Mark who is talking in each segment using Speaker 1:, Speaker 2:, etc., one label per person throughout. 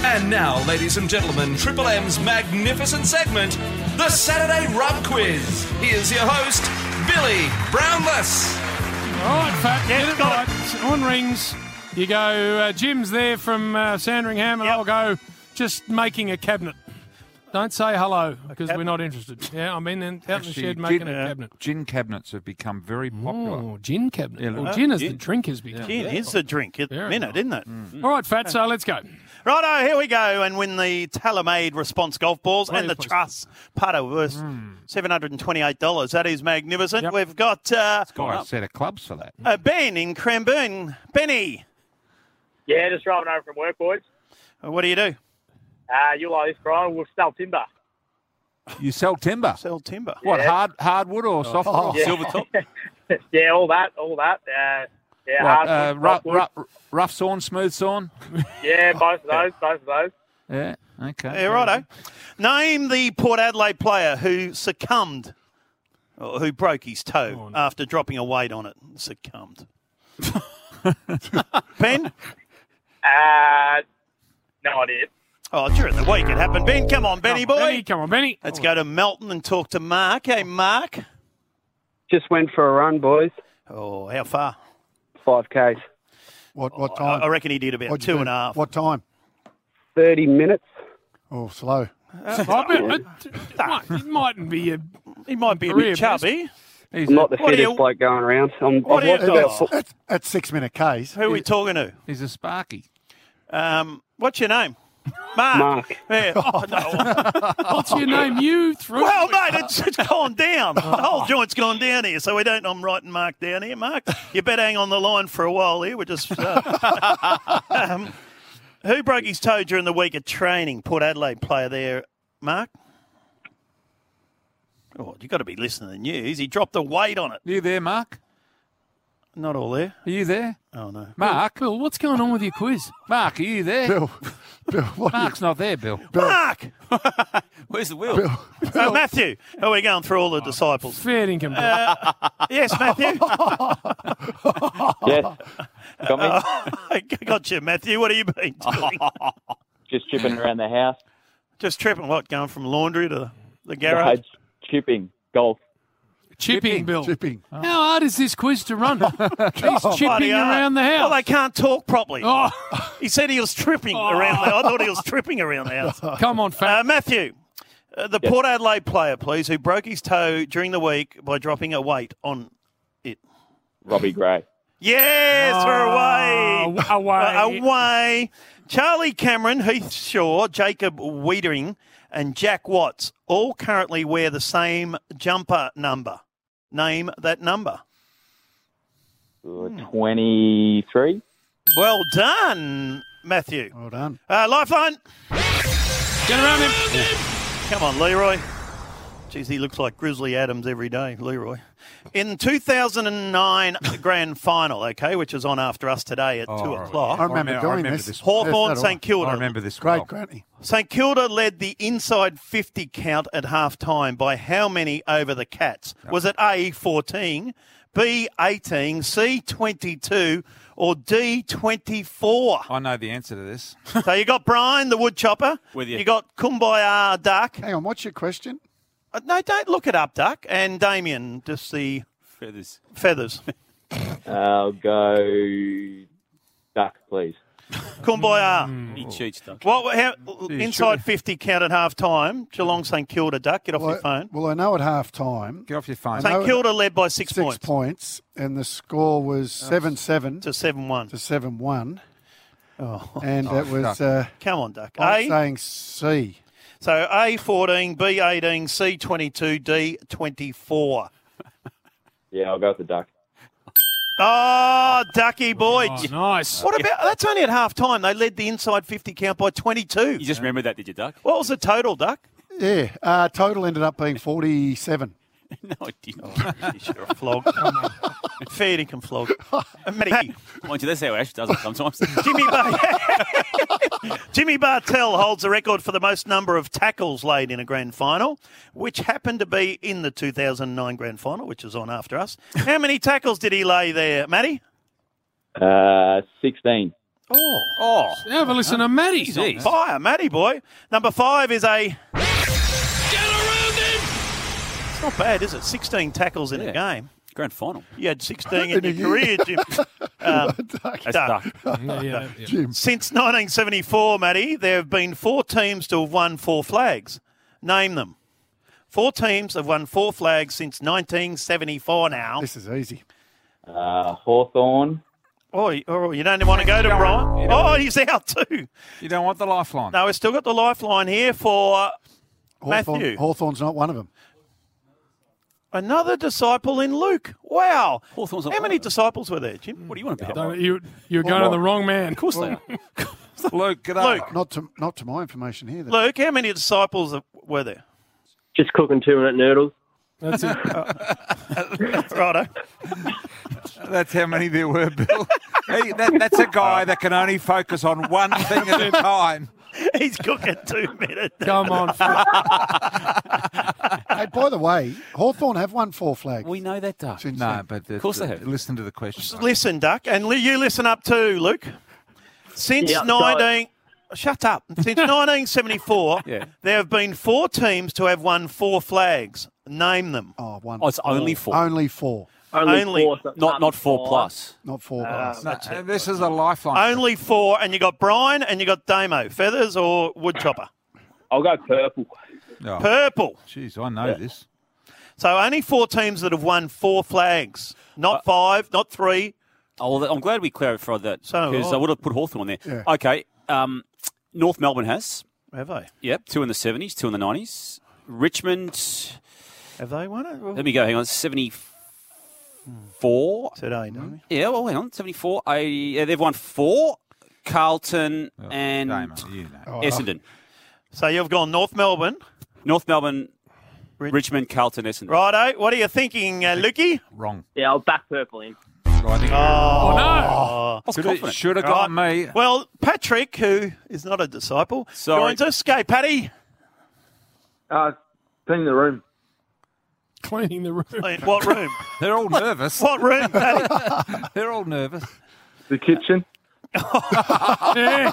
Speaker 1: And now, ladies and gentlemen, Triple M's magnificent segment, the Saturday Rub Quiz. Here's your host, Billy Brownless.
Speaker 2: All right, Fat. get it right. On rings, you go. Uh, Jim's there from uh, Sandringham, and I'll go just making a cabinet. Don't say hello because we're not interested. Yeah, I'm in out in the
Speaker 3: Actually,
Speaker 2: shed making
Speaker 3: gin,
Speaker 2: a
Speaker 3: uh,
Speaker 2: cabinet.
Speaker 3: gin cabinets have become very popular.
Speaker 2: Oh, gin cabinet.
Speaker 3: Yeah,
Speaker 2: well,
Speaker 3: look.
Speaker 2: gin is the
Speaker 4: Gin.
Speaker 2: drink has become.
Speaker 4: Gin is the drink at
Speaker 2: Very
Speaker 4: the minute,
Speaker 2: nice.
Speaker 4: isn't it?
Speaker 2: All right, Fat. So let's go.
Speaker 4: Righto, here we go and win the Talamade Response Golf Balls
Speaker 2: Where is
Speaker 4: and the
Speaker 2: place?
Speaker 4: Truss Putter worth $728. That is magnificent.
Speaker 2: Yep.
Speaker 4: We've got uh,
Speaker 3: Got a set of clubs for that.
Speaker 4: uh, Ben in Cranbourne. Benny,
Speaker 5: Yeah, just driving over from work, boys.
Speaker 4: uh, what do you do?
Speaker 5: Uh, you'll like this, Brian. We'll sell timber.
Speaker 3: You sell timber.
Speaker 4: Sell timber.
Speaker 3: What hard hardwood or soft? Oh,
Speaker 6: Silver top.
Speaker 5: yeah, all that, all that. Uh, yeah,
Speaker 3: What,
Speaker 5: hard
Speaker 3: uh,
Speaker 5: wood,
Speaker 3: rough,
Speaker 5: soft wood.
Speaker 3: rough, rough sawn, smooth sawn.
Speaker 5: Yeah, both of those, both of those.
Speaker 3: Yeah. Okay.
Speaker 4: Yeah, righto. Name the Port Adelaide player who succumbed, or who broke his toe after dropping a weight on it. Succumbed. ben?
Speaker 5: Uh, no idea.
Speaker 4: Oh, during the week it happened. Ben, come on, Benny
Speaker 2: Come
Speaker 4: boy.
Speaker 2: on, Benny, come on, Benny.
Speaker 4: Let's go to Melton and talk to Mark. Hey, Mark.
Speaker 7: Just went for a run, boys.
Speaker 4: Oh, how far?
Speaker 7: Five k's,
Speaker 8: What what
Speaker 4: I,
Speaker 8: time?
Speaker 4: I reckon he did about
Speaker 8: What'd you
Speaker 4: Oh, uh, two
Speaker 8: do?
Speaker 4: and a half.
Speaker 8: What time?
Speaker 7: thirty minutes.
Speaker 8: Oh, slow.
Speaker 2: Oh, but- but- it might- it mightn't be a.
Speaker 4: He might be a
Speaker 2: Career
Speaker 4: bit chubby.
Speaker 3: He's
Speaker 7: I'm not
Speaker 3: a,
Speaker 7: the
Speaker 4: What do
Speaker 7: fittest
Speaker 4: you-
Speaker 7: bloke going around. I'm,
Speaker 4: What
Speaker 7: I've
Speaker 4: do you
Speaker 7: watched about
Speaker 4: do?
Speaker 7: four-
Speaker 8: That's, that's six minute k's.
Speaker 4: Who are we talking to?
Speaker 3: he's a sparky.
Speaker 4: Um, what's your name? Mark.
Speaker 7: Mark.
Speaker 4: Yeah. Oh, no.
Speaker 2: What's your name? You through?
Speaker 4: well, mate, it's, it's gone down. The whole joint's gone down here, so we don't. I'm writing Mark down here. Mark, you better hang on the line for a while here. We're just. uh, um, who broke his toe during the week of training? Port Adelaide player there, Mark. Oh, you got to be listening to the news. He dropped a weight on it.
Speaker 3: Are you there, Mark?
Speaker 4: Not all there.
Speaker 3: Are you there,
Speaker 4: Oh no.
Speaker 3: Mark?
Speaker 2: Bill, what's going on with your quiz?
Speaker 3: Mark, are you there?
Speaker 8: Bill, Bill, what are you-
Speaker 3: Mark's not there, Bill.
Speaker 4: Mark.
Speaker 6: Where's the wheel?
Speaker 4: Uh, Matthew, are we going through all the disciples?
Speaker 2: Fair income. Bill.
Speaker 4: uh, Yes, Matthew.
Speaker 7: Yes. Got me.
Speaker 4: I got you, Matthew. What have you been doing?
Speaker 7: Just chipping around the house.
Speaker 4: Just tripping what? Going from laundry to the garage?
Speaker 7: chipping. Golf.
Speaker 2: chipping, Bill.
Speaker 8: Chipping.
Speaker 2: How hard is this quiz to run? He's
Speaker 4: Oh, Bloody
Speaker 2: chipping
Speaker 4: hell.
Speaker 2: around the
Speaker 4: Well,
Speaker 2: house.
Speaker 4: they can't talk properly.
Speaker 2: oh,
Speaker 4: He said he was tripping around the I thought he was tripping around the house. Uh,
Speaker 2: Oh, come on, fat.
Speaker 4: Matthew, uh, the Port Adelaide player, please, who broke his toe during the week by dropping a weight on it.
Speaker 7: Robbie Gray.
Speaker 4: Yes, we're away.
Speaker 2: Uh, Ah, away.
Speaker 4: away. Charlie Cameron, Heath Shaw, Jacob Wiedering, and Jack Watts all currently wear the same jumper number. Name that number.
Speaker 7: Twenty-three.
Speaker 4: Well done, Matthew.
Speaker 8: Well done.
Speaker 4: Uh, lifeline.
Speaker 2: Get around him.
Speaker 4: Come on, Leroy. Jeez, he looks like Grizzly Adams every day, Leroy. In 2009 Grand Final, okay, which is on after us today at 2 o'clock,
Speaker 8: I
Speaker 3: remember-
Speaker 8: remember,
Speaker 3: Oh, I
Speaker 8: doing
Speaker 3: remember
Speaker 8: this.
Speaker 3: this.
Speaker 4: Hawthorn
Speaker 8: Yes, that
Speaker 4: St Kilda
Speaker 3: I remember this.
Speaker 8: Great
Speaker 3: well.
Speaker 8: granny.
Speaker 4: St Kilda led the inside 50 count at half time by how many over the Cats? Was it A 14, B 18, C 22, or D 24?
Speaker 3: I know the answer to this.
Speaker 4: so you got Brian the wood chopper.
Speaker 6: With you.
Speaker 4: You got Kumbaya Duck.
Speaker 8: Hang on, what's your question?
Speaker 4: Uh, No, don't look it up, Duck. And Damien, just the
Speaker 6: Feathers.
Speaker 4: feathers.
Speaker 7: I'll go duck, please.
Speaker 4: Kumbaya.
Speaker 8: Mm.
Speaker 6: He
Speaker 8: Oh.
Speaker 6: cheats though.
Speaker 4: What? How, inside 50 count at half time. Geelong St Kilda Duck. Get off
Speaker 8: Mm. Well,
Speaker 4: your phone.
Speaker 8: well, I know at half time,
Speaker 3: Get off your phone.
Speaker 8: Thank-
Speaker 4: St
Speaker 8: no,
Speaker 4: Kilda led by six,
Speaker 8: six
Speaker 4: points,
Speaker 8: points. and the score was 7 7
Speaker 4: to 7 1.
Speaker 8: to 7 1. And it was,
Speaker 3: fuck.
Speaker 8: uh,
Speaker 4: Come on, Duck.
Speaker 8: I'm
Speaker 4: Oh. A.
Speaker 8: saying C.
Speaker 4: So A 14, B 18, C 22, D 24.
Speaker 7: Yeah, I'll go with the duck.
Speaker 4: Oh, Ducky boy.
Speaker 2: Oh, nice.
Speaker 4: What about that's only at half time? They led the inside 50 count by 22.
Speaker 6: You just remembered that, did you, Duck?
Speaker 4: What was the total, Duck?
Speaker 8: Yeah, uh, total ended up being 47.
Speaker 6: No, I didn't.
Speaker 4: You're a flog.
Speaker 8: Oh,
Speaker 4: Fair dinkum flog. Matty.
Speaker 6: Mind you, that's how Ash does it sometimes.
Speaker 4: Jimmy, Bar- Jimmy Bartell holds the record for the most number of tackles laid in a grand final, which happened to be in the 2009 grand final, which is on after us. How many tackles did he lay there, Matty?
Speaker 7: Uh, sixteen.
Speaker 4: Oh. Oh.
Speaker 2: Now have a listen to Matty.
Speaker 4: Fire, Matty boy. Number five is a. Get around him! It's not bad, is it? 16 tackles in a
Speaker 6: Yeah.
Speaker 4: game.
Speaker 6: Grand final.
Speaker 4: You had 16 in
Speaker 8: In a
Speaker 4: your career,
Speaker 8: year.
Speaker 4: Jim. Um,
Speaker 6: That's
Speaker 4: Duck.
Speaker 6: Duck.
Speaker 2: Yeah, yeah, yeah.
Speaker 8: Jim.
Speaker 4: Since 1974, Matty, there have been four teams to have won four flags. Name them. Four teams have won four flags since 1974 now.
Speaker 8: This is easy.
Speaker 7: Uh, Hawthorne.
Speaker 4: Oh, you- oh, you don't want to go to Brian? Oh, he's out too.
Speaker 3: You don't want the lifeline.
Speaker 4: No, we've still got the lifeline here for
Speaker 8: Hawthorne,
Speaker 4: Matthew.
Speaker 8: Hawthorne's not one of them.
Speaker 4: another disciple in Luke. Wow.
Speaker 6: Hawthorne's not
Speaker 4: How
Speaker 6: one
Speaker 4: many
Speaker 6: of them.
Speaker 4: disciples were there, Jim?
Speaker 6: What do you want to be?
Speaker 2: Don't- Oh, You, you're going to the wrong man.
Speaker 6: Of course they are.
Speaker 3: Luke, get up.
Speaker 4: Luke,
Speaker 8: Not to not to my information here.
Speaker 4: Luke, how many disciples were there?
Speaker 5: Just cooking two minute noodles.
Speaker 2: That's it.
Speaker 4: Righto.
Speaker 3: That's how many there were, Bill. Hey, that, that's a guy that can only focus on one thing at a time.
Speaker 4: He's cooking two minutes.
Speaker 2: Come on. Frank.
Speaker 8: Hey, by the way, Hawthorne have won four flags.
Speaker 6: We know that, Duck.
Speaker 8: Since
Speaker 3: No, but the,
Speaker 6: Of course they have.
Speaker 3: listen to the question.
Speaker 4: Listen, Duck, and li- you listen up too, Luke. Since
Speaker 5: Yeah,
Speaker 4: 19. Shut up. Since 1974,
Speaker 6: Yeah.
Speaker 4: there have been four teams to have won four flags. Name them.
Speaker 8: Oh, one.
Speaker 6: Oh, it's only four.
Speaker 8: Only four,
Speaker 5: Only,
Speaker 4: Only-
Speaker 5: four, so it
Speaker 6: not
Speaker 5: can't
Speaker 6: not
Speaker 5: be
Speaker 6: four
Speaker 5: five.
Speaker 6: plus.
Speaker 8: not four. guys.
Speaker 3: No, this is a lifeline.
Speaker 4: Only four, and you got Brian and you got Damo. Feathers or woodchopper?
Speaker 7: I'll go purple.
Speaker 3: Oh,
Speaker 4: Purple.
Speaker 3: Jeez, I know this.
Speaker 4: So only four teams that have won four flags, not five, not three.
Speaker 6: Oh, well, I'm glad we clarified that
Speaker 4: So-
Speaker 6: because I would have put Hawthorn there.
Speaker 8: Yeah.
Speaker 6: Okay. Um, North Melbourne has.
Speaker 4: Have they?
Speaker 6: Yep. Two in the 70s, two in the 90s. Richmond,
Speaker 4: Have they won it?
Speaker 6: let me go, hang on, 74.
Speaker 4: Today, don't we?
Speaker 6: Yeah, well, hang on, 74, 80. Yeah, they've won four. Carlton
Speaker 3: Oh,
Speaker 6: and
Speaker 3: Damon, you know.
Speaker 4: Oh.
Speaker 6: Essendon.
Speaker 4: So you've gone North Melbourne.
Speaker 6: North Melbourne,
Speaker 4: Rich-
Speaker 6: Richmond, Carlton, Essendon.
Speaker 4: Righto. What are you thinking, uh, Lukey?
Speaker 3: Wrong.
Speaker 5: Yeah, I'll back purple in.
Speaker 4: Oh,
Speaker 2: no.
Speaker 6: I was confident.
Speaker 3: Should have got me.
Speaker 4: Well, Patrick, who is not a disciple,
Speaker 6: Sorry.
Speaker 4: joins us. Go, Paddy.
Speaker 7: Uh, clean the room.
Speaker 2: Cleaning the room.
Speaker 4: In What room?
Speaker 3: They're all nervous.
Speaker 4: what room, Paddy?
Speaker 3: They're all nervous.
Speaker 7: The kitchen.
Speaker 2: Yeah.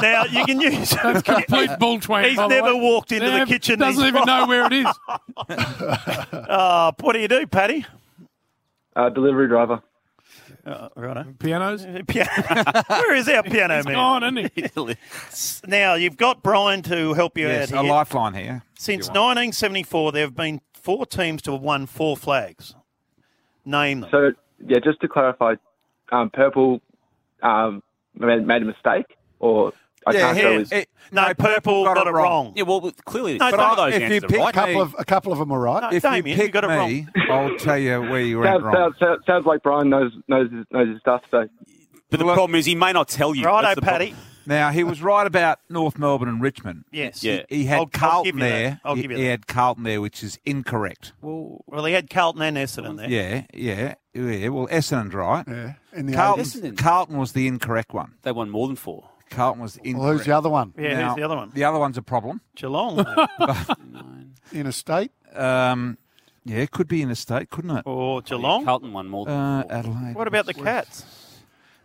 Speaker 4: now, you can use...
Speaker 2: Complete bull twang.
Speaker 4: He's
Speaker 2: by the
Speaker 4: never
Speaker 2: way.
Speaker 4: walked into
Speaker 2: Never-
Speaker 4: the kitchen.
Speaker 2: Doesn't
Speaker 4: He's-
Speaker 2: even know where it is.
Speaker 4: Oh, what do you do, Paddy?
Speaker 7: Uh, delivery driver.
Speaker 4: Oh, righto.
Speaker 2: Pianos.
Speaker 4: Piano. Where is our piano man?
Speaker 2: Gone, isn't he?
Speaker 4: Now, you've got Brian to help you
Speaker 3: Yes,
Speaker 4: out
Speaker 3: a
Speaker 4: here.
Speaker 3: lifeline here.
Speaker 4: Since 1974, there have been four teams to have won four flags. Name them.
Speaker 7: So, yeah, just to clarify, um, purple um, made, made a mistake, or I
Speaker 3: Yeah,
Speaker 7: can't
Speaker 3: here-
Speaker 7: tell. His,
Speaker 3: it-
Speaker 4: no, purple got, it wrong.
Speaker 6: Yeah, well, clearly,
Speaker 4: No,
Speaker 6: some
Speaker 4: but
Speaker 6: of those
Speaker 3: if you
Speaker 6: answers are
Speaker 3: pick
Speaker 6: right.
Speaker 8: a couple of a couple of them are right.
Speaker 4: No,
Speaker 3: if
Speaker 4: Damien,
Speaker 3: you
Speaker 4: you
Speaker 3: pick
Speaker 4: got it
Speaker 3: me, I'll tell you where you went
Speaker 7: sounds,
Speaker 3: wrong.
Speaker 7: sounds, sounds, sounds like Brian knows knows his, knows his stuff. So,
Speaker 6: But the problem is he may not tell you. That's
Speaker 4: Righto,
Speaker 6: the
Speaker 4: Paddy.
Speaker 3: Now he was right about North Melbourne and Richmond.
Speaker 4: Yes.
Speaker 6: Yeah.
Speaker 3: He had
Speaker 4: I'll- I'll give
Speaker 3: Carlton
Speaker 4: you that.
Speaker 3: there.
Speaker 4: I'll
Speaker 3: he,
Speaker 4: give you
Speaker 3: he
Speaker 4: that.
Speaker 3: had Carlton there, which is incorrect.
Speaker 4: Well, he had Carlton and Essendon there.
Speaker 3: Yeah, yeah, yeah. Well, Essendon's right.
Speaker 8: Yeah, in the
Speaker 3: Carlton,
Speaker 6: Essendon.
Speaker 3: Carlton was the incorrect one.
Speaker 6: They won more than four.
Speaker 3: Carlton was the
Speaker 8: eighties.
Speaker 3: incorrect.
Speaker 8: Well, who's the other one?
Speaker 4: Yeah,
Speaker 3: Now,
Speaker 4: who's the other one?
Speaker 3: The other one's a problem.
Speaker 4: Geelong.
Speaker 8: Interstate.
Speaker 3: Um, yeah, it could be in a state, couldn't it?
Speaker 4: or Geelong.
Speaker 6: Carlton won more than
Speaker 3: Uh,
Speaker 6: four.
Speaker 3: Adelaide.
Speaker 4: What about the Cats?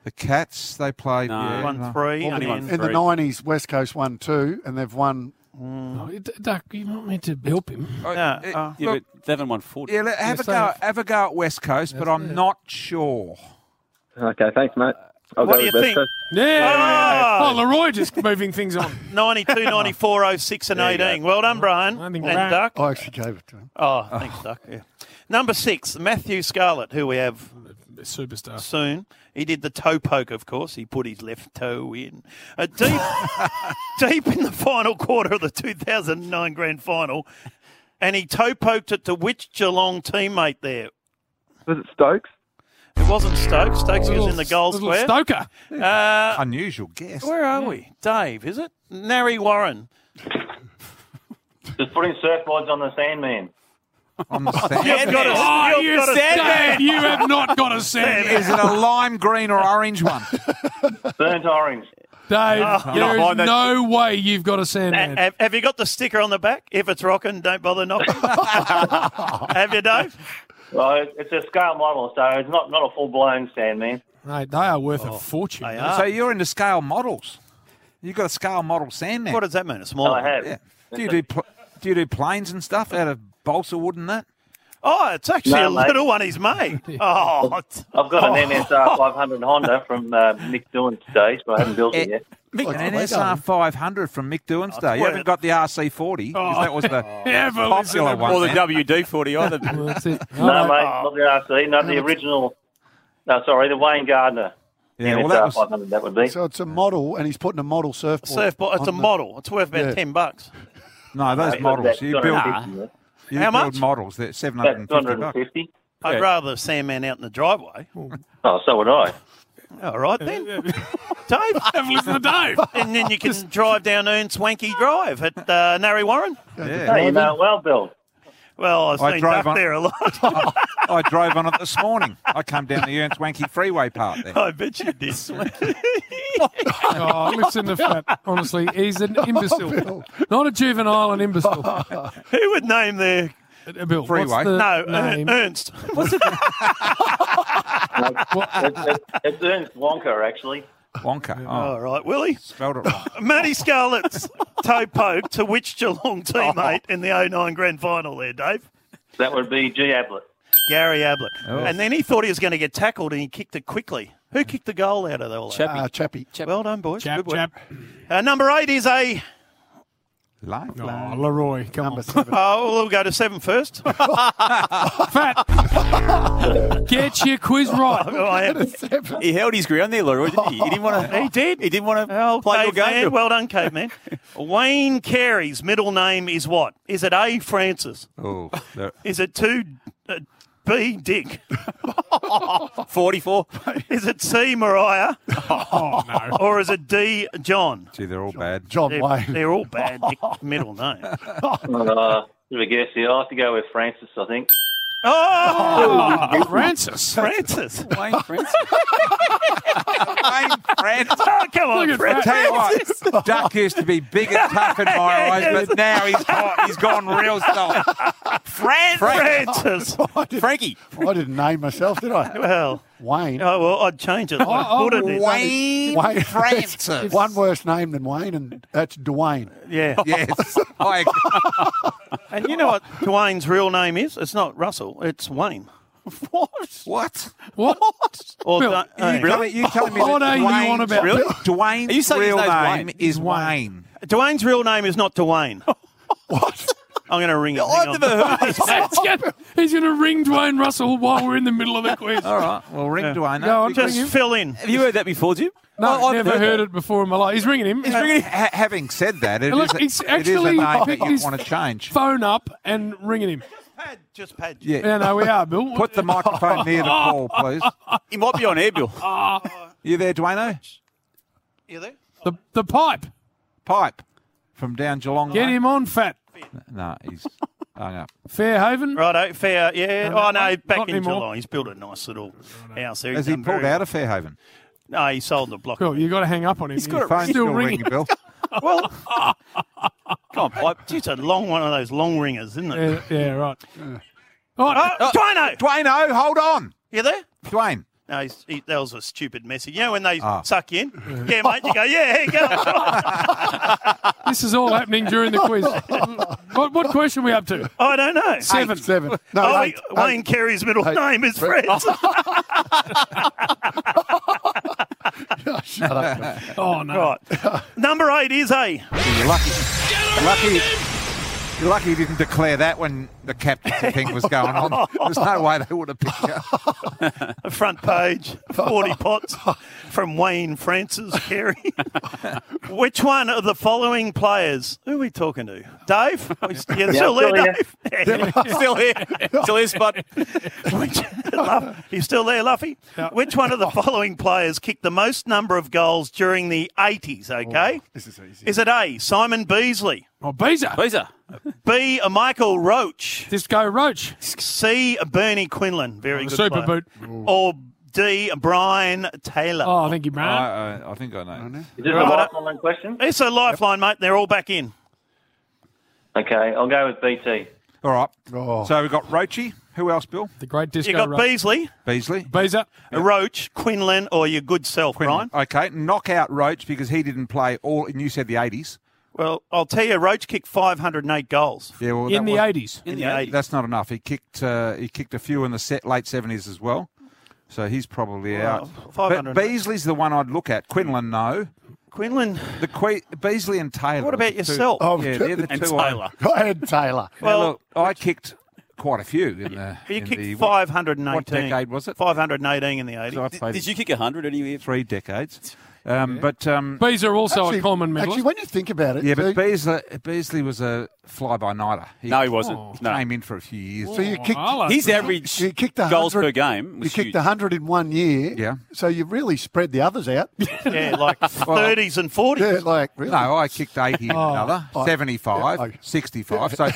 Speaker 3: the Cats? They played.
Speaker 6: No.
Speaker 3: yeah,
Speaker 4: One
Speaker 3: no.
Speaker 4: three.
Speaker 6: Only
Speaker 4: and
Speaker 6: one
Speaker 4: then-
Speaker 8: In the
Speaker 6: Three.
Speaker 8: nineties, West Coast won two, and they've won.
Speaker 2: Oh, D- Duck, you're not meant to help him.
Speaker 4: No,
Speaker 3: It-
Speaker 4: oh.
Speaker 6: Yeah,
Speaker 3: look,
Speaker 6: but they haven't won four.
Speaker 3: yeah, let- have a
Speaker 2: You're
Speaker 3: go. Have a go at West Coast, but I'm not sure.
Speaker 7: okay, thanks, mate. I'll
Speaker 4: What
Speaker 7: go
Speaker 4: do you
Speaker 7: with West
Speaker 4: think?
Speaker 7: Coast.
Speaker 2: Yeah.
Speaker 4: Ah!
Speaker 2: Oh, Leroy just moving things on.
Speaker 4: 92, 94, 06 and 18. Well done, Brian.
Speaker 2: I think
Speaker 4: and
Speaker 2: Brian-
Speaker 4: Duck.
Speaker 8: I actually gave it to him.
Speaker 4: Oh, thanks, Duck. Yeah. Number six, Matthew Scarlett, who we have
Speaker 2: Superstar.
Speaker 4: soon. He did the toe poke, of course. He put his left toe in. Uh, deep, deep in the final quarter of the 2009 grand final, and he toe poked it to which Geelong teammate there?
Speaker 7: Was it Stokes?
Speaker 4: It wasn't Stokes. Stokes
Speaker 2: Little-
Speaker 4: was in the goal
Speaker 2: little
Speaker 4: square.
Speaker 2: Stoker.
Speaker 4: Uh,
Speaker 3: Unusual guess.
Speaker 4: where are we? Dave, is it? Narry Warren.
Speaker 5: Just putting surfboards on the Sandman.
Speaker 3: On the stand.
Speaker 4: You've got a-
Speaker 2: Oh,
Speaker 4: you've
Speaker 2: you
Speaker 4: got a
Speaker 2: Sandman. You have not got a Sandman.
Speaker 3: Is it a lime green or orange one?
Speaker 5: Burnt orange.
Speaker 2: Dave,
Speaker 3: Ah,
Speaker 2: there
Speaker 6: no,
Speaker 2: is
Speaker 6: that's-
Speaker 2: no way you've got a
Speaker 4: Ha-
Speaker 2: Sandman.
Speaker 4: Have, have you got the sticker on the back? If it's rocking, don't bother knocking. have you, Dave?
Speaker 5: Well, it's a scale model, so it's not, not a full blown Sandman.
Speaker 2: Mate, they are worth a fortune.
Speaker 4: Oh, They are.
Speaker 3: So you're into scale models. You've got a scale model sand now.
Speaker 4: What does that mean? A small
Speaker 5: I have.
Speaker 3: Oh, Yeah. Do you do pl- do you do planes and stuff out of balsa wood and that?
Speaker 4: Oh, it's actually
Speaker 5: No,
Speaker 4: a
Speaker 5: mate.
Speaker 4: little one he's made. Oh, it's-
Speaker 5: I've got an NSR 500 Honda from uh, Nick Doohan's days, but I haven't built
Speaker 3: Eh.
Speaker 5: it yet.
Speaker 3: Mick,
Speaker 8: Look,
Speaker 3: an
Speaker 8: they
Speaker 3: NSR
Speaker 8: don't.
Speaker 3: 500 from Mick Doohan's day. You
Speaker 4: well-
Speaker 3: haven't got the RC40 because that was the
Speaker 2: Ever listen
Speaker 3: popular
Speaker 2: to-
Speaker 3: one.
Speaker 9: Or the
Speaker 3: then.
Speaker 9: WD 40 either.
Speaker 2: Well, that's it.
Speaker 3: Oh,
Speaker 5: No,
Speaker 2: All
Speaker 5: mate,
Speaker 2: right.
Speaker 5: not the RC, no, the original. No, sorry, the Wayne Gardner.
Speaker 3: yeah,
Speaker 5: NSR
Speaker 3: uh, well, that was,
Speaker 5: 500, that would be.
Speaker 8: So it's a model, and he's putting a model surfboard.
Speaker 4: surfboard. It's a
Speaker 8: on the-
Speaker 4: model. It's worth about
Speaker 8: Yeah.
Speaker 4: 10 bucks.
Speaker 3: no, those
Speaker 5: That was
Speaker 3: models.
Speaker 5: about
Speaker 3: You build,
Speaker 5: 250, yeah.
Speaker 3: you
Speaker 4: How
Speaker 3: build
Speaker 4: much?
Speaker 3: models. They're
Speaker 5: About
Speaker 3: 750 bucks.
Speaker 5: 250.
Speaker 4: I'd rather the Sandman out in the driveway.
Speaker 5: Oh, so would I.
Speaker 4: All right then, Dave.
Speaker 2: Have a listen to Dave.
Speaker 4: And then you can drive down Ern Swanky Drive at uh, Narry Warren.
Speaker 3: Yeah.
Speaker 5: Hey, you know, it well, Bill.
Speaker 4: Well, I've
Speaker 3: I
Speaker 4: seen
Speaker 3: drove
Speaker 4: Duck
Speaker 3: on-
Speaker 4: there a lot.
Speaker 3: I drove on it this morning. I come down the Ernst Wanky Freeway part there.
Speaker 4: I bet you did.
Speaker 2: Oh, listen to Fat. Honestly, he's an
Speaker 4: Oh,
Speaker 2: imbecile. Not a juvenile, an imbecile. Uh,
Speaker 4: Who would name their
Speaker 2: Bill,
Speaker 3: Freeway.
Speaker 2: What's the
Speaker 4: no uh,
Speaker 2: name?
Speaker 4: Ern- Ernst?
Speaker 5: It's, it's, it's Ernst Wonka, actually.
Speaker 3: Wonka. Oh,
Speaker 4: All right, Willie.
Speaker 3: spelled it wrong.
Speaker 4: Matty Scarlett's toe poke to which Geelong teammate in the 09 grand final there, Dave?
Speaker 5: That would be G. Ablett.
Speaker 4: Gary Ablett. And then he thought he was going to get tackled and he kicked it quickly. Who kicked the goal out of all that?
Speaker 8: Ah, Chappie.
Speaker 4: Well done, boys.
Speaker 2: Chap,
Speaker 4: Good work.
Speaker 2: chap.
Speaker 4: Uh, number eight is a.
Speaker 3: Life.
Speaker 2: Oh, Leroy, come on.
Speaker 4: Oh, we'll go to seven first.
Speaker 2: Fat. Get your quiz right.
Speaker 4: Oh, I am.
Speaker 9: He held his ground there, Leroy, didn't he? He didn't want to.
Speaker 4: He did.
Speaker 9: He didn't want to
Speaker 4: Well,
Speaker 9: play your
Speaker 4: caveman.
Speaker 9: game.
Speaker 4: Well done, caveman. Wayne Carey's middle name is what? Is it A. Francis?
Speaker 3: Oh, there-
Speaker 4: Is it two? Uh, B. Dick?
Speaker 9: 44.
Speaker 4: Is it C. Mariah?
Speaker 2: Oh, no.
Speaker 4: Or is it D. John?
Speaker 3: gee, they're all bad.
Speaker 8: John
Speaker 4: They're,
Speaker 8: Wayne.
Speaker 4: they're all bad Dick middle names.
Speaker 5: Uh, bit of a guess here. I'll have to go with Francis, I think.
Speaker 4: Oh,
Speaker 2: Francis.
Speaker 4: Francis.
Speaker 9: Wayne Francis.
Speaker 3: Wayne Francis.
Speaker 4: Oh, come on, Francis.
Speaker 3: Tell you what, Duck used to be big and tough in my eyes, but now he's gone, he's gone real soft.
Speaker 9: Fran.
Speaker 4: Francis.
Speaker 9: Frankie.
Speaker 8: I didn't name myself, did I?
Speaker 4: Well,
Speaker 8: Wayne.
Speaker 4: oh, well, I'd change it. Like
Speaker 2: Oh, oh,
Speaker 4: Buddha did.
Speaker 3: Wayne,
Speaker 8: Wayne
Speaker 3: Francis.
Speaker 8: One worse name than Wayne, and that's Dwayne.
Speaker 4: Yeah.
Speaker 3: Yes. I agree.
Speaker 4: And you know what Dwayne's real name is? It's not Russell, it's Wayne.
Speaker 9: What?
Speaker 3: What?
Speaker 2: What?
Speaker 4: Or
Speaker 2: Bill,
Speaker 4: Da-
Speaker 3: You really? You telling me
Speaker 2: What are
Speaker 3: that
Speaker 2: you on
Speaker 3: Dwayne's-
Speaker 2: about? Really?
Speaker 3: Dwayne's
Speaker 9: Are you saying his
Speaker 3: real
Speaker 9: name's
Speaker 3: name
Speaker 9: Wayne?
Speaker 3: is Wayne.
Speaker 4: Dwayne's real name is not Dwayne.
Speaker 8: What?
Speaker 4: I'm going to ring him. Hang
Speaker 9: I've
Speaker 4: on.
Speaker 9: never heard this.
Speaker 2: That's good. He's going to ring Dwayne Russell while we're in the middle of the quiz.
Speaker 3: All right. Well, ring Dwayne.
Speaker 2: Go on,
Speaker 3: because-
Speaker 4: Just fill in.
Speaker 9: Have you heard that before, Jim?
Speaker 2: No,
Speaker 9: I-
Speaker 2: I've never heard, it before in my life. He's ringing him. He's ringing his
Speaker 3: Ha- having said that, it is
Speaker 2: Look,
Speaker 3: a-
Speaker 2: it's
Speaker 3: it is a
Speaker 2: actually-
Speaker 3: name that you
Speaker 2: he's-
Speaker 3: want to change.
Speaker 2: phone up and ringing him.
Speaker 4: Pad, just pad.
Speaker 3: Yeah.
Speaker 2: Yeah, no, we are, Bill.
Speaker 3: Put the microphone near the pole, please.
Speaker 9: He might be on air, Bill.
Speaker 3: You there, Dwayno?
Speaker 4: You there?
Speaker 2: the, the pipe.
Speaker 3: Pipe from down Geelong.
Speaker 2: Get
Speaker 3: mate.
Speaker 2: him on, Fat.
Speaker 3: No, he's hung up.
Speaker 2: Fairhaven.
Speaker 4: Righto, fair. Yeah. Oh, no,
Speaker 2: not-
Speaker 4: back
Speaker 2: not
Speaker 4: in
Speaker 2: anymore.
Speaker 4: July. He's built a nice little house there. He's
Speaker 3: Has he
Speaker 4: done
Speaker 3: pulled
Speaker 4: very
Speaker 3: out of Fairhaven?
Speaker 4: well. No, he sold the block.
Speaker 2: Bill, you got to hang up on him. He's
Speaker 9: got a
Speaker 3: Phone's still, ringing, Bill.
Speaker 4: Well,
Speaker 9: Come on, Pipe.
Speaker 4: it's a long one of those long ringers, isn't it?
Speaker 2: Yeah, yeah, right. Oh,
Speaker 4: Oh, Dwayne,
Speaker 3: Dwayno, oh, hold on.
Speaker 4: you there?
Speaker 3: Dwayne.
Speaker 4: No, he's, he, that was a stupid message. You know when they
Speaker 3: Ah.
Speaker 4: suck you in? Yeah, mate, you go, yeah, here you go.
Speaker 2: this is all happening during the quiz. what, what question are we up to?
Speaker 4: I don't know.
Speaker 8: Seven. Seven. No,
Speaker 4: Oh,
Speaker 8: eight.
Speaker 4: he- Wayne
Speaker 8: Eight.
Speaker 4: Carey's middle
Speaker 8: Eight.
Speaker 4: name is Francis.
Speaker 8: Shut up.
Speaker 2: Oh, no.
Speaker 4: right. Number eight is A.
Speaker 3: You're lucky. You're lucky. You're lucky he didn't declare that when the captaincy thing was going on. There's no way they would have picked you. up.
Speaker 4: A front page, 40 pots from Wayne Francis Carey. Which one of the following players? Who are we talking to? Dave? Yeah, still there,
Speaker 5: still here.
Speaker 4: Dave. Yeah.
Speaker 9: Still here. Still here, Spud.
Speaker 4: Which, Luff, you still there, Luffy? Which one of the following players kicked the most number of goals during the 80s, okay?
Speaker 8: Oh, This is easy.
Speaker 4: Is it A, Simon Beasley,
Speaker 2: Oh, Beezer.
Speaker 9: Visa.
Speaker 4: B, Michael Roach,
Speaker 2: Disco Roach.
Speaker 4: C, Bernie Quinlan,
Speaker 8: Oh,
Speaker 4: very good
Speaker 2: Super
Speaker 4: player,
Speaker 2: boot.
Speaker 4: or D, Brian Taylor?
Speaker 2: Oh, thank you, man.
Speaker 3: I, uh, I, I think I know.
Speaker 5: Is this a lifeline question?
Speaker 4: It's a lifeline, mate. They're all back in.
Speaker 5: Okay, I'll go with BT.
Speaker 3: All right.
Speaker 8: Oh.
Speaker 3: So we've got Roachy, Who else, Bill?
Speaker 2: The great disco.
Speaker 4: You got
Speaker 2: Ro-
Speaker 4: Beasley,
Speaker 3: Beasley.
Speaker 2: Beezer.
Speaker 4: Roach, Quinlan, or your good self, Brian.
Speaker 3: Okay, knock out Roach because he didn't play all. And you said the eighties.
Speaker 4: Well, I'll tell you, Roach kicked 508 goals
Speaker 3: Yeah, well,
Speaker 2: In
Speaker 3: that
Speaker 2: the
Speaker 3: was-
Speaker 2: 80s.
Speaker 4: in the 80s.
Speaker 3: That's not enough. He kicked. Uh, he kicked a few in the set, late seventies as well. So he's probably
Speaker 4: Well,
Speaker 3: out.
Speaker 4: 500.
Speaker 3: But Beasley's the one I'd look at. Quinlan, no.
Speaker 4: Quinlan,
Speaker 3: The que- Beasley and Taylor.
Speaker 4: what about
Speaker 3: are the two-
Speaker 4: yourself?
Speaker 8: Oh,
Speaker 3: Yeah, they're the
Speaker 9: And
Speaker 3: two I-
Speaker 9: Taylor.
Speaker 8: I had Taylor.
Speaker 3: Now,
Speaker 4: well,
Speaker 3: look, I kicked quite a few in the.
Speaker 4: you
Speaker 3: in the,
Speaker 4: kicked
Speaker 3: what,
Speaker 4: 518.
Speaker 3: what decade was it?
Speaker 4: 518 in the 80s.
Speaker 3: I played
Speaker 9: Did you kick 100 anywhere?
Speaker 3: three decades. Um, But um,
Speaker 2: Beezer also
Speaker 8: Actually-
Speaker 2: a common medalist.
Speaker 8: Actually, when you think about it,
Speaker 3: yeah, but
Speaker 8: so,
Speaker 3: Beasley, Beasley was a fly by nighter.
Speaker 9: No, he wasn't. no.
Speaker 3: came in for a few years.
Speaker 8: so you kicked.
Speaker 2: Hello.
Speaker 9: His average
Speaker 8: You kicked a
Speaker 9: goals per
Speaker 8: hundred-
Speaker 9: game
Speaker 8: You
Speaker 9: was
Speaker 8: kicked
Speaker 9: huge.
Speaker 8: 100 in one year.
Speaker 3: Yeah.
Speaker 8: So you really spread the others out.
Speaker 4: Yeah, like 30s and 40s.
Speaker 8: yeah, like, really. Oh,
Speaker 3: No, I kicked 80 in another,
Speaker 8: I-
Speaker 3: 75,
Speaker 8: yeah, I-
Speaker 3: 65. So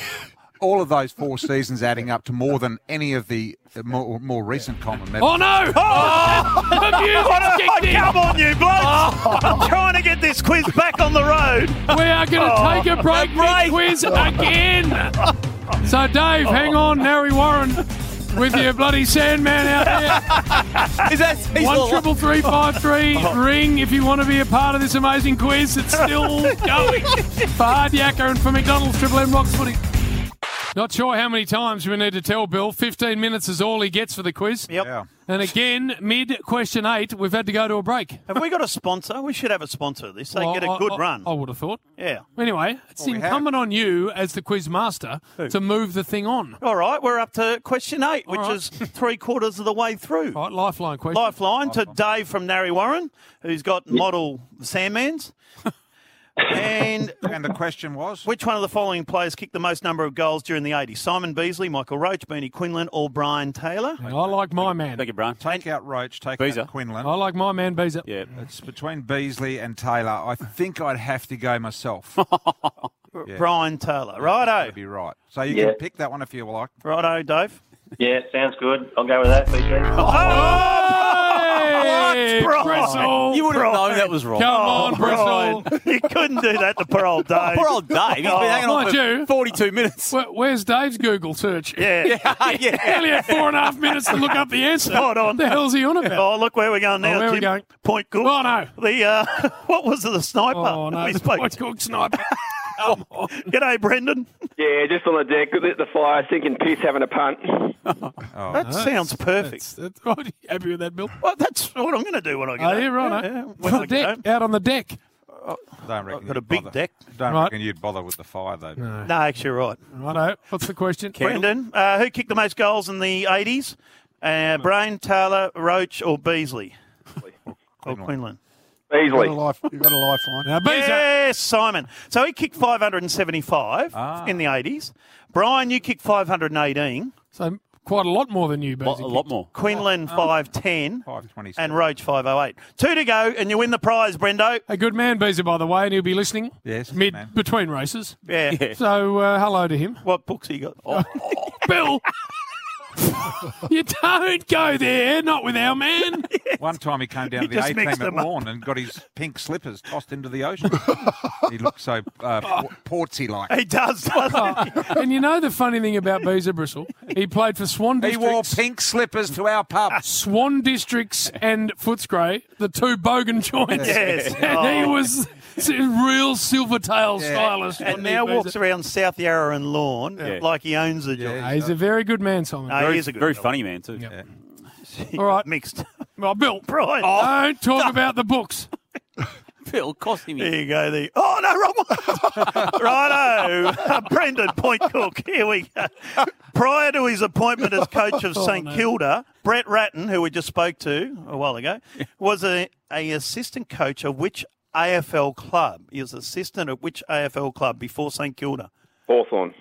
Speaker 3: all of those four seasons adding up to more than any of the the more, more recent common medals.
Speaker 2: Oh no! Oh, the music's kicked in.
Speaker 4: Oh, Come on, you blokes! I'm trying to get this quiz back on the road.
Speaker 2: We are going to
Speaker 4: Oh,
Speaker 2: take a break,
Speaker 4: a break.
Speaker 2: quiz again. So, Dave, hang on, Harry Warren, with your bloody Sandman out
Speaker 9: Is that, he's
Speaker 2: there. One
Speaker 9: all-
Speaker 2: triple three five three
Speaker 4: Oh.
Speaker 2: ring. If you want to be a part of this amazing quiz, it's still going for Hard Yakka and for McDonald's Triple M Rocks Footy. Not sure how many times we need to tell Bill. Fifteen minutes is all he gets for the quiz.
Speaker 4: Yep.
Speaker 3: Yeah.
Speaker 2: And again, mid question eight, we've had to go to a break.
Speaker 4: Have we got a sponsor? We should have a sponsor. of This they
Speaker 2: Well,
Speaker 4: get a
Speaker 2: I-
Speaker 4: good
Speaker 2: I- oh.
Speaker 4: run.
Speaker 2: I would have thought.
Speaker 4: Yeah.
Speaker 2: Anyway, it's
Speaker 3: we
Speaker 2: incumbent on you as the quiz master to move the thing on.
Speaker 4: All right, we're up to question eight, which
Speaker 2: right. Oh,
Speaker 4: is three quarters of the way through.
Speaker 2: All right, lifeline question.
Speaker 4: Lifeline to Dave from Narry Warren, who's got model Sandmans. and
Speaker 3: And the question was?
Speaker 4: which one of the following players kicked the most number of goals during the 80s? Simon Beasley, Michael Roach, Beanie Quinlan, or Brian Taylor?
Speaker 2: I like my man.
Speaker 9: Thank you, Brian.
Speaker 3: Take out Roach, take
Speaker 9: Beezer.
Speaker 3: out Quinlan.
Speaker 8: Oh.
Speaker 2: I like my man, Beezer.
Speaker 9: Yeah.
Speaker 3: It's between Beasley and Taylor. I think I'd have to go myself.
Speaker 4: Brian Taylor. Righto.
Speaker 3: That'd be right. So you
Speaker 5: Yeah.
Speaker 3: can pick that one if you like.
Speaker 4: Righto, Dave.
Speaker 5: Yeah, sounds good. I'll go with that, BG.
Speaker 4: Oh!
Speaker 2: Hey,
Speaker 4: What, Brian?
Speaker 2: Bristol.
Speaker 9: You would have known
Speaker 4: Brian.
Speaker 9: that was wrong.
Speaker 2: Oh, Come on, Bristol. Oh,
Speaker 4: Brian, Oh, you couldn't do that to poor old Dave.
Speaker 9: Oh, Poor old Dave. He's been hanging
Speaker 2: Mind
Speaker 9: on for
Speaker 2: you-
Speaker 9: 42 minutes.
Speaker 2: Where- where's Dave's Google search?
Speaker 4: Yeah.
Speaker 2: He
Speaker 9: yeah.
Speaker 2: only had four and a half minutes to look up the answer.
Speaker 4: Hold on.
Speaker 2: What the hell's he on about?
Speaker 4: Oh, look where we're going now,
Speaker 2: where we
Speaker 4: Tim.
Speaker 2: going?
Speaker 4: Point Cook.
Speaker 2: Oh, no.
Speaker 4: The, uh, what was it, the sniper?
Speaker 2: Oh, no.
Speaker 4: We
Speaker 2: the
Speaker 4: spoke
Speaker 2: Boyd
Speaker 4: to-
Speaker 2: Cook sniper.
Speaker 4: G'day, Brendan.
Speaker 7: Yeah, just on the deck, lit the fire, sinking piss, having a punt.
Speaker 3: Oh,
Speaker 4: That sounds perfect.
Speaker 2: That's, that's, oh, you happy with that, Bill?
Speaker 4: Well, that's what I'm going to do when I get
Speaker 2: Oh,
Speaker 4: home.
Speaker 2: yeah, right.
Speaker 4: Yeah, yeah.
Speaker 2: On
Speaker 4: When I
Speaker 2: the
Speaker 4: get
Speaker 2: deck,
Speaker 4: home.
Speaker 2: out on the deck.
Speaker 3: Don't reckon
Speaker 4: got a
Speaker 3: you'd
Speaker 4: big
Speaker 3: bother-
Speaker 4: deck.
Speaker 3: Don't
Speaker 2: Right.
Speaker 3: reckon you'd bother with the fire, though.
Speaker 4: No, actually, you're right.
Speaker 2: Righto. What's the question?
Speaker 4: Brendan, uh, who kicked the most goals in the 80s? Uh, Brain, Taylor, Roach, or Beasley? Or Quinlan.
Speaker 8: You've got a
Speaker 7: Easily.
Speaker 8: life, you've got a lifeline.
Speaker 2: Now, Beezer.
Speaker 4: Yes, Simon. So he kicked 575
Speaker 3: Ah.
Speaker 4: in the 80s. Brian, you kicked 518.
Speaker 2: So quite a lot more than you,
Speaker 9: Lot-
Speaker 2: basically.
Speaker 9: a lot more.
Speaker 4: Quinlan, 510.
Speaker 3: 527.
Speaker 4: And Roach 508. Two to go, and you win the prize, Brendo.
Speaker 2: A good man, Beezer, by the way, and he'll be listening.
Speaker 3: Yes, good
Speaker 2: Mid
Speaker 3: man.
Speaker 2: between races.
Speaker 4: Yeah.
Speaker 2: So uh, hello to him.
Speaker 4: What books he got? Oh,
Speaker 2: Bill! you don't go there, not with our man.
Speaker 3: One time he came down to the
Speaker 4: just
Speaker 3: 18
Speaker 4: mixed
Speaker 3: at
Speaker 4: them up.
Speaker 3: Lawn and got his pink slippers tossed into the ocean. he looked so uh,
Speaker 4: Oh.
Speaker 3: por- portsy like.
Speaker 4: he does. doesn't he?
Speaker 2: and you know the funny thing about Beezer Bristle? He played for Swan
Speaker 3: He
Speaker 2: Districts.
Speaker 3: wore pink slippers to our pub.
Speaker 2: Swan Districts and Footscray, the two bogan joints.
Speaker 4: Yes. Oh.
Speaker 2: And he was s- real Silvertail stylist.
Speaker 4: and
Speaker 2: wasn't he,
Speaker 4: now
Speaker 2: Beezer?
Speaker 4: walks around South Yarra and Lawn like he owns the joint.
Speaker 2: He's a very good man, Simon.
Speaker 4: No, he is a good
Speaker 9: Very
Speaker 4: fella.
Speaker 9: funny man, too.
Speaker 2: All right.
Speaker 4: Mixed.
Speaker 2: Well, Bill,
Speaker 4: Brian.
Speaker 2: don't talk about the books.
Speaker 9: Bill, cost him.
Speaker 4: There you go. The oh no, wrong one. Righto, uh, Brendan Point Cook. Here we go. Prior to his appointment as coach of St Kilda, Brett Ratton, who we just spoke to a while ago, was a, a assistant coach of which AFL club? He was assistant at which AFL club before St Kilda?
Speaker 7: Hawthorne.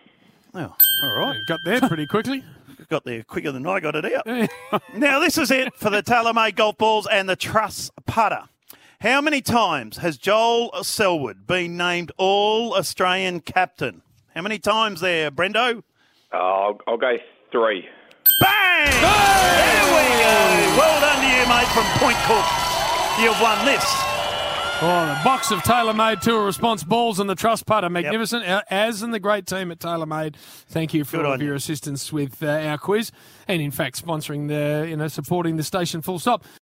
Speaker 4: Oh, all right.
Speaker 2: Got there pretty quickly.
Speaker 4: Got there quicker than I got it out. Now, this is it for the Talamay golf balls and the Truss putter. How many times has Joel Selwood been named All Australian captain? How many times there, Brendo?
Speaker 7: Uh, I'll, I'll go three.
Speaker 4: Bang! There we go. Well done to you, mate, from Point Cook. You've won this.
Speaker 2: Oh, the box of tailor-made tour response balls and the trust putter, magnificent. A- As and the great team at TaylorMade, thank you for
Speaker 4: Good
Speaker 2: all of
Speaker 4: on
Speaker 2: your assistance with uh, our quiz, and in fact sponsoring the, you know, supporting the station. Full stop.